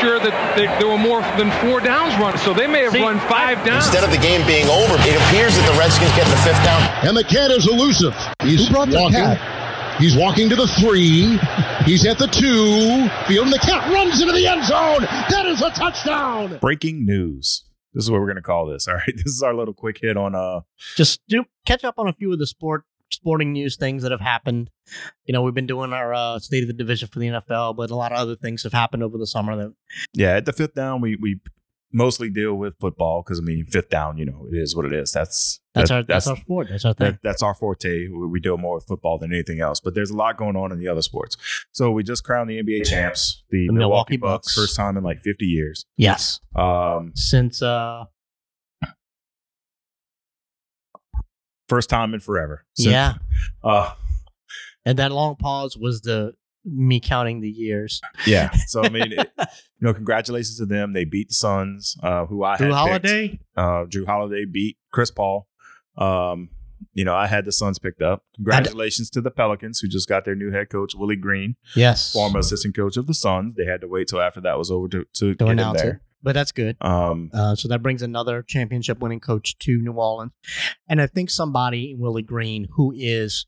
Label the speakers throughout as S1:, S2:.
S1: sure that they, there were more than four downs run, so they may have
S2: See,
S1: run five downs.
S3: Instead of the game being over, it appears that the Redskins get the fifth down.
S4: And the cat is elusive. He's
S5: Who brought the
S4: walking. He's walking to the three. He's at the two. Field and the cat runs into the end zone. That is a touchdown.
S6: Breaking news. This is what we're going to call this. All right. This is our little quick hit on uh
S2: Just do catch up on a few of the sport sporting news things that have happened. You know, we've been doing our uh, state of the division for the NFL, but a lot of other things have happened over the summer that
S6: yeah, at the fifth down we we mostly deal with football cuz I mean, fifth down, you know, it is what it is. That's
S2: that's
S6: that-
S2: our that's, our sport. That's our thing.
S6: That, that's our forte. We we deal more with football than anything else, but there's a lot going on in the other sports. So we just crowned the NBA champs, the,
S2: The Milwaukee
S6: Milwaukee, Bucks,
S2: Bucks.
S6: first time in like 50 years.
S2: yes.
S6: Um,
S2: Since uh
S6: first time in forever. So,
S2: yeah.
S6: Uh,
S2: And that long pause was the me counting the years.
S6: yeah. So I mean, it, you know, congratulations to them. They beat the Suns, uh, who I
S2: Drew
S6: had
S2: Holiday?
S6: Picked. Uh, Drew Holiday beat Chris Paul. Um, you know, I had the Suns picked up. Congratulations to the Pelicans, who just got their new head coach Willie Green,
S2: Yes.
S6: former assistant coach of the Suns. They had to wait till after that was over to
S2: to
S6: to get him
S2: announce it.
S6: there.
S2: But that's good.
S6: Um,
S2: Uh, so that brings another championship winning coach to New Orleans. And I think somebody, Willie Green, who is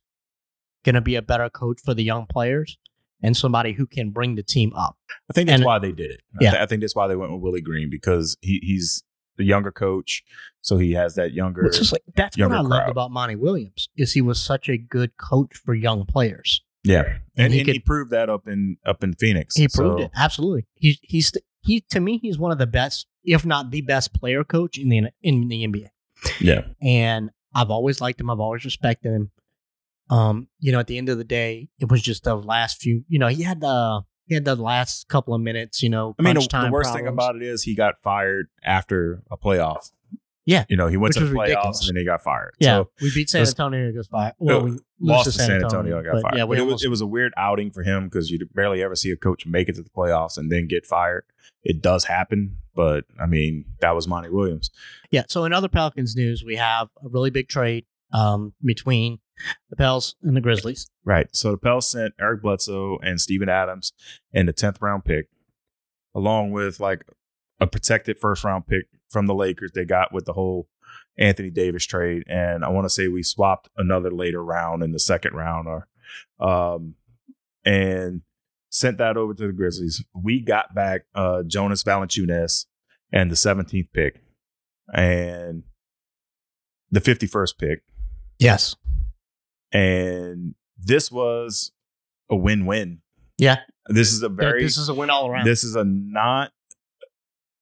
S2: going to be a better coach for the young players and somebody who can bring the team up.
S6: I think that's
S2: And-
S6: why they did it. I,
S2: Yeah.
S6: th- I think that's why they went with Willie Green because he, he's the younger coach, so he has that younger.
S2: Which is like, that's what
S6: younger
S2: I loved
S6: crowd.
S2: about Monty Williams is he was such a good coach for young players.
S6: yeah, and, and,
S2: he
S6: he,
S2: could-
S6: proved that up in up in Phoenix.
S2: He proved
S6: So-
S2: it. Absolutely. He, he's, he, to me, he's one of the best, if not the best player coach in the, in the NBA.
S6: Yeah,
S2: and I've always liked him. I've always respected him. Um, you know, at the end of the day, it was just the last few. You know, he had the he had the last couple of minutes. You know,
S6: I mean, the,
S2: crunch time
S6: the worst thing
S2: problems.
S6: about it is he got fired after a playoff.
S2: Yeah.
S6: you know, he went
S2: Which
S6: to the
S2: was
S6: playoffs
S2: ridiculous.
S6: and then he got fired.
S2: yeah,
S6: so,
S2: we beat San
S6: this-
S2: Antonio. It goes by. Well,
S6: uh,
S2: we lose
S6: lost
S2: to San Antonio.
S6: got
S2: but
S6: fired.
S2: Yeah,
S6: but
S2: we
S6: it was
S2: almost-
S6: it was a weird outing for him because you barely ever see a coach make it to the playoffs and then get fired. It does happen, but I mean, that was Monty Williams.
S2: yeah. So in other Pelicans news, we have a really big trade um, between the Pels and the Grizzlies.
S6: Right. So the Pels sent Eric Bledsoe and Steven Adams and the 10th round pick, along with like a protected first round pick from the Lakers they got with the whole Anthony Davis trade. And I want to say we swapped another later round in the second round or um and sent that over to the Grizzlies. We got back uh Jonas Valanciunas and the 17th pick and the 51st pick
S2: Yes.
S6: and this was a win-win.
S2: Yeah.
S6: This is a very
S2: this is a win all around.
S6: this is a not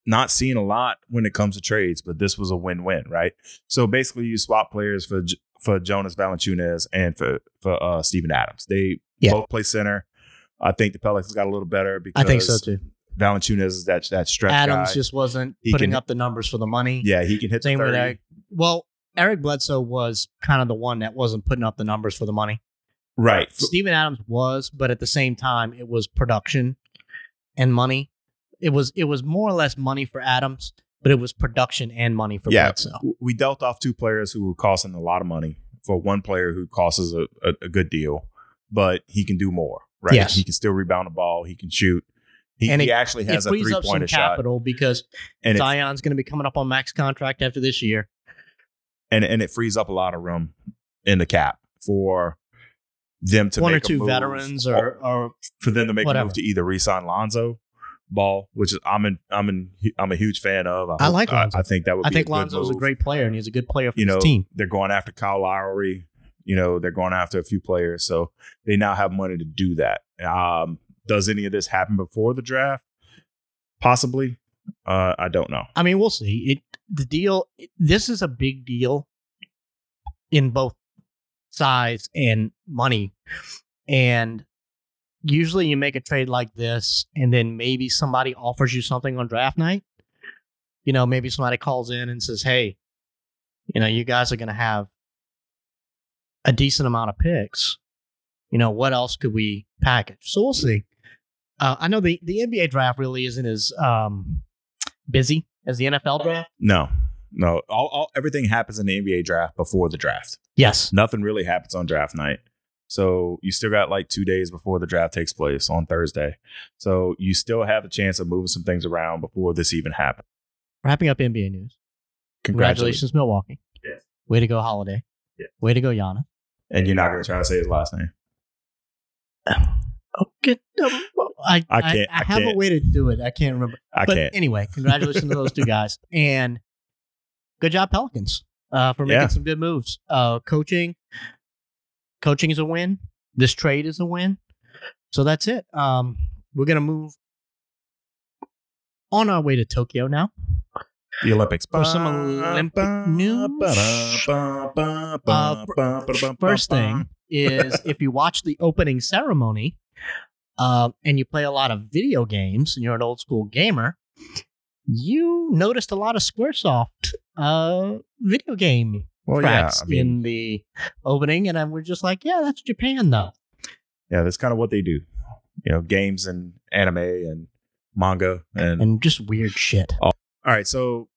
S6: not seen a lot when it comes to trades, but this was a win-win, right? So basically, you swap players for J- for Jonas Valanciunas and for for uh, Steven Adams. They
S2: Yeah.
S6: both play center. I think the Pelicans got a little better because
S2: I think so too.
S6: Valanciunas is that that stretch
S2: Adams
S6: guy.
S2: just wasn't
S6: He
S2: putting
S6: can-
S2: up the numbers for the money.
S6: yeah, he can hit the
S2: Same with
S6: 30.
S2: Eric. Well, Eric Bledsoe was kind of the one that wasn't putting up the numbers for the money.
S6: right.
S2: Steven Adams was, but at the same time, it was production and money. It was it was more or less money for Adams, but it was production and money for
S6: Yeah.
S2: Bledsoe.
S6: w- we dealt off two players who were costing a lot of money for one player who costs us a, a, a good deal, but he can do more, right?
S2: Yes.
S6: He can still rebound the ball. He can shoot. He,
S2: And
S6: he
S2: it-
S6: actually
S2: It
S6: has a
S2: frees
S6: three
S2: up some
S6: pointer shot.
S2: capital because
S6: And it,
S2: Zion's going to be coming up on max contract after this year.
S6: and, and it frees up a lot of room in the cap for them to
S2: One or
S6: make a
S2: two
S6: move,
S2: veterans or, or
S6: for them to make a
S2: whatever.
S6: move to either resign Lonzo Ball, which is I'm an I'm an I'm a huge fan of.
S2: I like
S6: I,
S2: Lonzo.
S6: I think that would
S2: I
S6: be
S2: think
S6: a good
S2: Lonzo's a
S6: move.
S2: great player and he's a good player for
S6: you know
S2: his team.
S6: they're going after Kyle Lowry. You know they're going after a few players, so they now have money to do that. Um, does any of this happen before the draft? Possibly. Uh, I don't know.
S2: I mean, we'll see. It the deal. This is a big deal in both size and money, and usually you make a trade like this, and then maybe somebody offers you something on draft night. You know, maybe somebody calls in and says, "Hey, you know, you guys are going to have a decent amount of picks. You know, what else could we package?" So we'll see. Uh, I know the, the NBA draft really isn't as um, busy as the NFL draft?
S6: No, no. All, all everything happens in the NBA draft before the draft.
S2: Yes.
S6: Nothing really happens on draft night. So you still got like two days before the draft takes place on Thursday. So you still have a chance of moving some things around before this even happens.
S2: Wrapping up NBA news. Congratulations, Milwaukee.
S6: Yes.
S2: Way to go, Holiday.
S6: Yeah.
S2: Way to go, Yana.
S6: And you're not going to try to say his last name.
S2: Okay. I, I, I,
S6: can't- I
S2: have
S6: can't.
S2: a way to do it. I can't remember.
S6: I
S2: but
S6: can't.
S2: anyway, congratulations to those two guys. And good job, Pelicans, uh, for making
S6: Yeah.
S2: some good moves. Uh, coaching, coaching is a win. This trade is a win. So that's it. Um, we're gonna move on our way to Tokyo now.
S6: The Olympics.
S2: For some Olympic news. Uh, First thing is if you watch the opening ceremony, um, and you play a lot of video games and you're an old school gamer, you noticed a lot of SquareSoft uh, video game
S6: Well, yeah.
S2: tracks
S6: I mean,
S2: in the opening, and I was just like, yeah, that's Japan though.
S6: yeah, that's kind of what they do. You know, games and anime and manga and
S2: And just weird shit.
S6: All right, so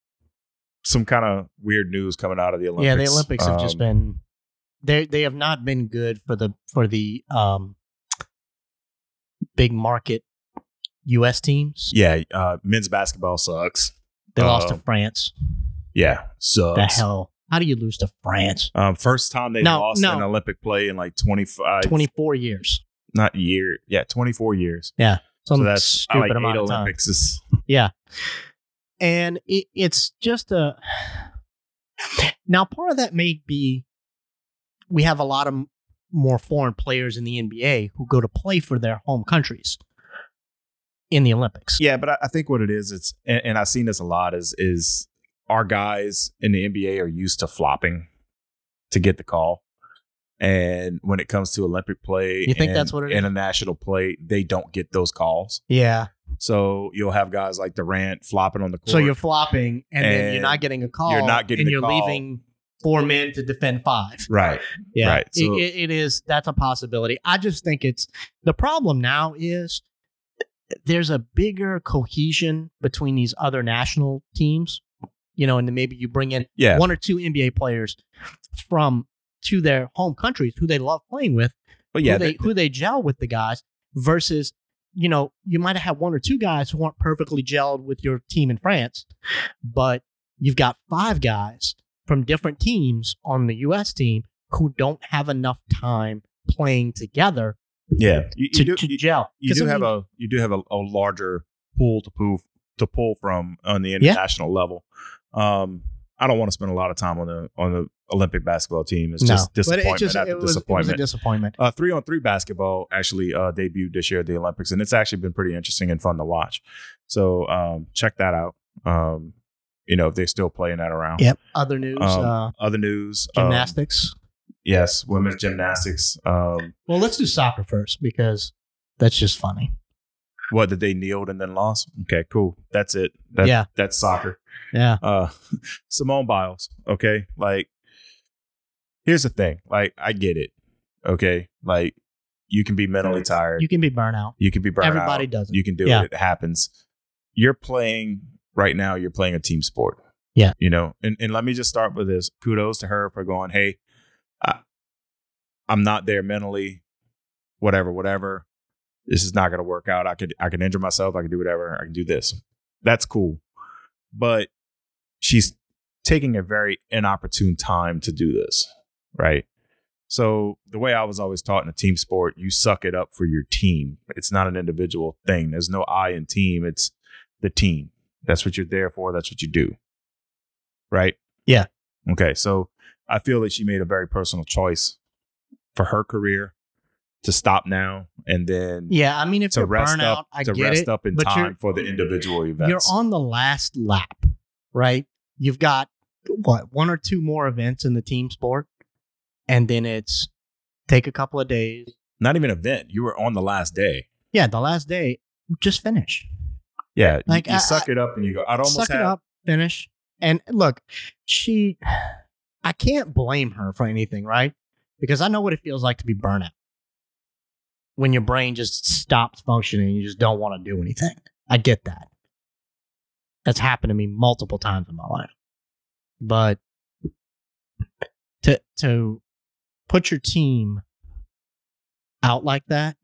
S6: some kind of weird news coming out of the Olympics.
S2: Yeah, the Olympics have just
S6: Um,
S2: been they they have not been good for the for the um big market US teams.
S6: Yeah, uh, men's basketball sucks.
S2: They lost to
S6: um,
S2: France.
S6: Yeah, sucks.
S2: The hell. How do you lose to France?
S6: Um, first time they
S2: No,
S6: lost
S2: no.
S6: an Olympic play in like 25,
S2: 24 years.
S6: not year, yeah, 24 years.
S2: Some
S6: so that's
S2: stupid
S6: like
S2: amount
S6: eight
S2: of time.
S6: Olympics. Is,
S2: Yeah. And it, it's just a. Now, part of that may be we have a lot of m- more foreign players in the NBA who go to play for their home countries in the Olympics.
S6: yeah, but I, I think what it is, it's, and, and I've seen this a lot, is is our guys in the NBA are used to flopping to get the call. And when it comes to Olympic play,
S2: You think
S6: and
S2: that's what it is?
S6: international play, they don't get those calls.
S2: Yeah.
S6: So you'll have guys like Durant flopping on the court.
S2: So you're flopping and, then you're
S6: And
S2: not getting a call.
S6: not getting
S2: And
S6: the
S2: you're
S6: call.
S2: leaving four men to defend five.
S6: right.
S2: Yeah,
S6: Right, so-
S2: it, it- it is. That's a possibility. I just think it's the problem now is there's a bigger cohesion between these other national teams, you know, and then maybe you bring in
S6: Yeah.
S2: one or two NBA players from to their home countries who they love playing with,
S6: But yeah,
S2: who they
S6: th-
S2: who they gel with the guys versus you know you might have one or two guys who aren't perfectly gelled with your team in France, but you've got five guys from different teams on the U.S. team who don't have enough time playing together
S6: yeah, you,
S2: to,
S6: you do,
S2: to
S6: you,
S2: gel.
S6: you
S2: 'Cause,
S6: do
S2: I
S6: have
S2: mean,
S6: a you do have a, a larger pool to pull to pull from on the international level. Um, I don't want to spend a lot of time on the on the Olympic basketball team. It's
S2: no,
S6: just
S2: But
S6: disappointment
S2: it just-
S6: after
S2: it was- it was a
S6: disappointment.
S2: disappointment.
S6: Uh, three on three basketball actually uh, debuted this year at the Olympics, and it's actually been pretty interesting and fun to watch. So um, check that out. Um, you know if they're still playing that around.
S2: Yep. Other news,
S6: Um,
S2: uh,
S6: Other news, um,
S2: gymnastics.
S6: yes, women's gymnastics. Um,
S2: well, let's do soccer first because that's just funny.
S6: what did they kneeled and then lost? Okay, cool. That's it. That,
S2: Yeah.
S6: that's soccer.
S2: Yeah.
S6: Uh, Simone Biles. Okay, like here's the thing. Like I get it. Okay, like you can be mentally tired.
S2: You
S6: You,
S2: can be burnout.
S6: can be burnt
S2: Everybody
S6: out.
S2: does it.
S6: You can do
S2: Yeah.
S6: it. It happens. You're playing right now. You're playing a team sport.
S2: Yeah.
S6: You know, and and let me just start with this. Kudos to her for going. Hey, I, I'm not there mentally. Whatever, whatever. This is not going to work out. I could I can injure myself. I can do whatever. I can do this. That's cool. But she's taking a very inopportune time to do this, right? So the way I was always taught in a team sport, you suck it up for your team. It's not an individual thing. There's no I in team. It's the team. That's what you're there for. That's what you do. Right?
S2: Yeah.
S6: Okay. So I feel that she made a very personal choice for her career to stop now and then
S2: Yeah, I mean, if
S6: to
S2: you're
S6: rest
S2: burnout,
S6: up
S2: I
S6: to
S2: get
S6: rest
S2: it,
S6: up in
S2: but you're-
S6: time for the individual events.
S2: You're on the last lap, right? You've got what one or two more events in the team sport, and then it's take a couple of days.
S6: not even event. You were on the last day.
S2: Yeah, the last day, just finish.
S6: Yeah, you-
S2: Like,
S6: you,
S2: I-
S6: suck it up and you go. I'd almost
S2: Suck
S6: have
S2: it up, finish. And look, she, I can't blame her for anything, right? Because I know what it feels like to be burnout when your brain just stops functioning. You just don't want to do anything. I get that. That's happened to me multiple times in my life. But to to put your team out like that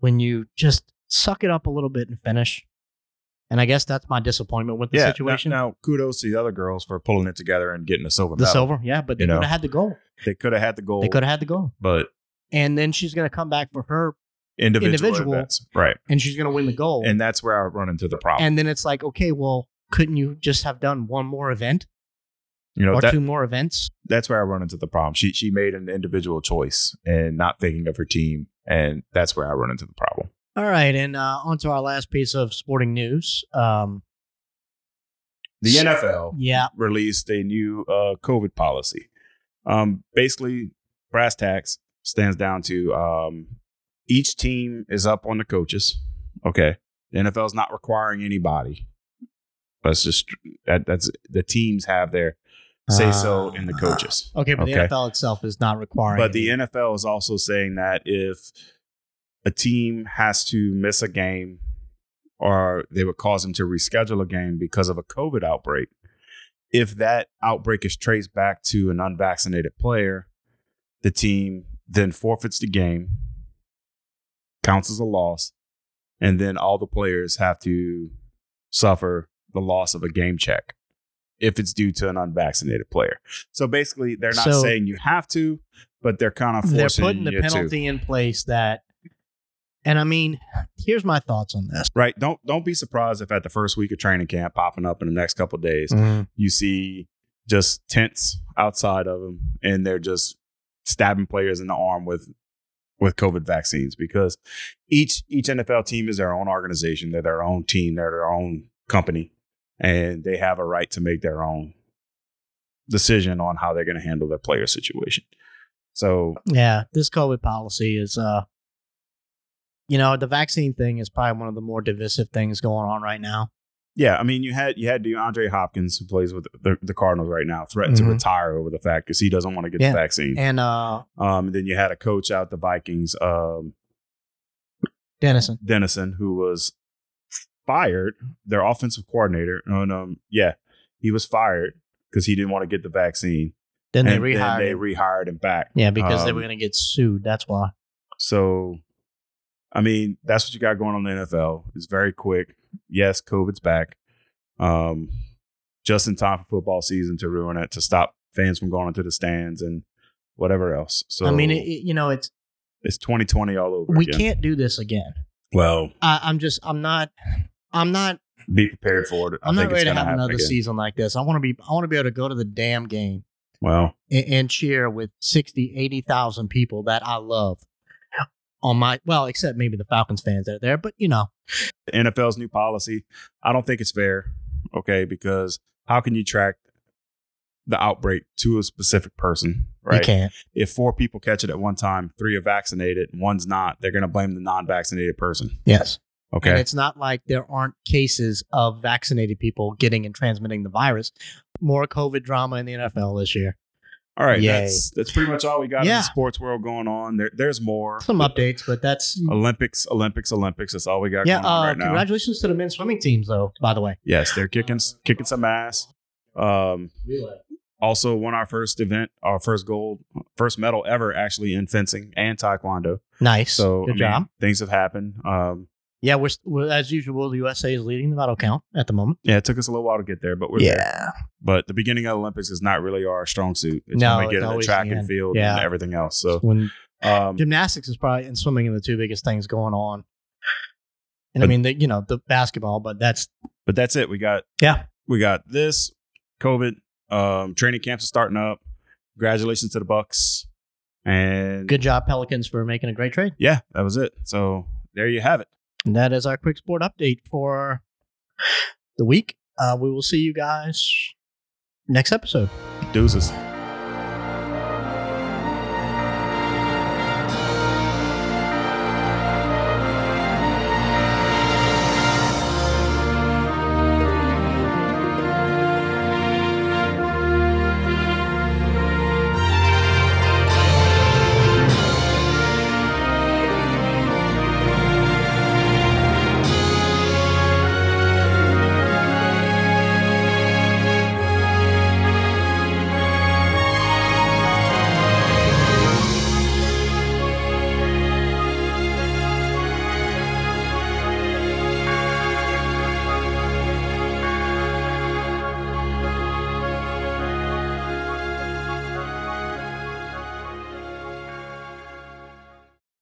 S2: when you just suck it up a little bit and finish. And I guess that's my disappointment with the
S6: yeah.
S2: situation.
S6: Now, now, kudos to the other girls for pulling it together and getting a silver
S2: the
S6: medal.
S2: silver, yeah, but they
S6: You
S2: could
S6: know.
S2: have had the goal.
S6: They could have had the gold,
S2: They could have had the goal.
S6: but
S2: And then she's going to come back for her
S6: individual,
S2: Individual.
S6: events. right?
S2: and she's going to win the goal.
S6: And that's where I run into the problem.
S2: and then it's like, okay, well, couldn't you just have done one more event
S6: you know,
S2: or
S6: that,
S2: two more events?
S6: that's where I run into the problem. She she made an individual choice and not thinking of her team, and that's where I run into the problem.
S2: All right, and uh, on to our last piece of sporting news. Um,
S6: The
S2: So-
S6: NFL
S2: yeah,
S6: released a new uh, COVID policy. Um, basically, brass tacks stands down to um, each team is up on the coaches. Okay, the NFL is not requiring anybody. Let's just that, that's the teams have their say so in the
S2: Ah.
S6: coaches.
S2: okay, but
S6: Okay.
S2: the NFL itself is not requiring.
S6: But the
S2: it.
S6: NFL is also saying that if a team has to miss a game or they would cause them to reschedule a game because of a COVID outbreak, if that outbreak is traced back to an unvaccinated player, the team then forfeits the game, counts as a loss, and then all the players have to suffer the loss of a game check if it's due to an unvaccinated player. So basically, they're not
S2: So-
S6: saying you have to, but they're kind of forcing
S2: they're putting the
S6: you to.
S2: penalty in place that, and I mean, here's my thoughts on this.
S6: Right. Don't don't be surprised if at the first week of training camp popping up in the next couple of days, you see just tents outside of them and they're just stabbing players in the arm with with COVID vaccines because each each NFL team is their own organization, they're their own team, they're their own company, and they have a right to make their own decision on how they're going to handle their player situation. So
S2: Yeah, this COVID policy is, uh, you know, the vaccine thing is probably one of the more divisive things going on right now.
S6: Yeah, I mean, you had you had DeAndre Hopkins who plays with the, the Cardinals right now, threatened
S2: Mhm.
S6: to retire over the fact because he doesn't want to get
S2: Yeah.
S6: the vaccine.
S2: And uh,
S6: um, then you had a coach out the Vikings, um,
S2: Dennison,
S6: Dennison, who was fired, their offensive coordinator, and um, yeah, he was fired because he didn't want to get the vaccine.
S2: then they
S6: then
S2: rehired.
S6: they
S2: him.
S6: rehired him back.
S2: yeah, because they
S6: Um,
S2: were going to get sued. That's why.
S6: So, I mean, that's what you got going on in the NFL. It's very quick. Yes, COVID's back. Um, just in time for football season to ruin it, to stop fans from going into the stands and whatever else. So,
S2: I mean, it, it- you know, it's
S6: it's 2020 all over.
S2: we
S6: again.
S2: can't do this again.
S6: Well,
S2: I, I'm just, I'm not, I'm not,
S6: be prepared for it. I
S2: I'm
S6: think
S2: not
S6: it's
S2: ready to
S6: gonna
S2: have
S6: happen
S2: another
S6: again.
S2: season like this. I want to be, I want to be able to go to the damn game
S6: Well,
S2: and, and cheer with 60, 80,000 people that I love on my, well, except maybe the Falcons fans that are there, but you know,
S6: the NFL's new policy, I don't think it's fair. Okay, because how can you track the outbreak to a specific person?
S2: we
S6: Right.
S2: can't.
S6: if four people catch it at one time, three are vaccinated, and one's not, they're going to blame the non-vaccinated person.
S2: Yes. And
S6: Okay.
S2: it's not like there aren't cases of vaccinated people getting and transmitting the virus. More COVID drama in the NFL this year.
S6: All right.
S2: Yay.
S6: That's that's pretty much all we got in
S2: Yeah.
S6: the sports world going on. There, there's more.
S2: Some updates, but that's,
S6: Oh, Olympics, Olympics, Olympics. That's all we got
S2: yeah.
S6: going on
S2: Uh,
S6: right now.
S2: congratulations to the men's swimming teams, though, by the way.
S6: yes, they're kicking kicking some ass. Um, also won our first event, our first gold, first medal ever, actually in fencing and taekwondo.
S2: Nice.
S6: So
S2: good
S6: I mean,
S2: job.
S6: things have happened. Um,
S2: Yeah, we're, st- we're as usual. The USA is leading the battle count at the moment.
S6: yeah, it took us a little while to get there, but we're there. But the beginning of Olympics is not really our strong suit. It's
S2: No,
S6: when we
S2: it's
S6: get in the
S2: always
S6: track
S2: the
S6: and
S2: end.
S6: field
S2: Yeah.
S6: and everything else. So
S2: when
S6: um,
S2: gymnastics is probably and swimming are the two biggest things going on. And I
S6: But-
S2: mean, the, you know, the basketball, but that's
S6: but that's it. We got
S2: Yeah.
S6: we got this COVID um, training camps are starting up. Congratulations to the Bucks and
S2: good job, Pelicans, for making a great trade.
S6: Yeah, that was it. So there you have it.
S2: And that is our quick sport update for the week. Uh, we will see you guys next episode.
S6: Deuces.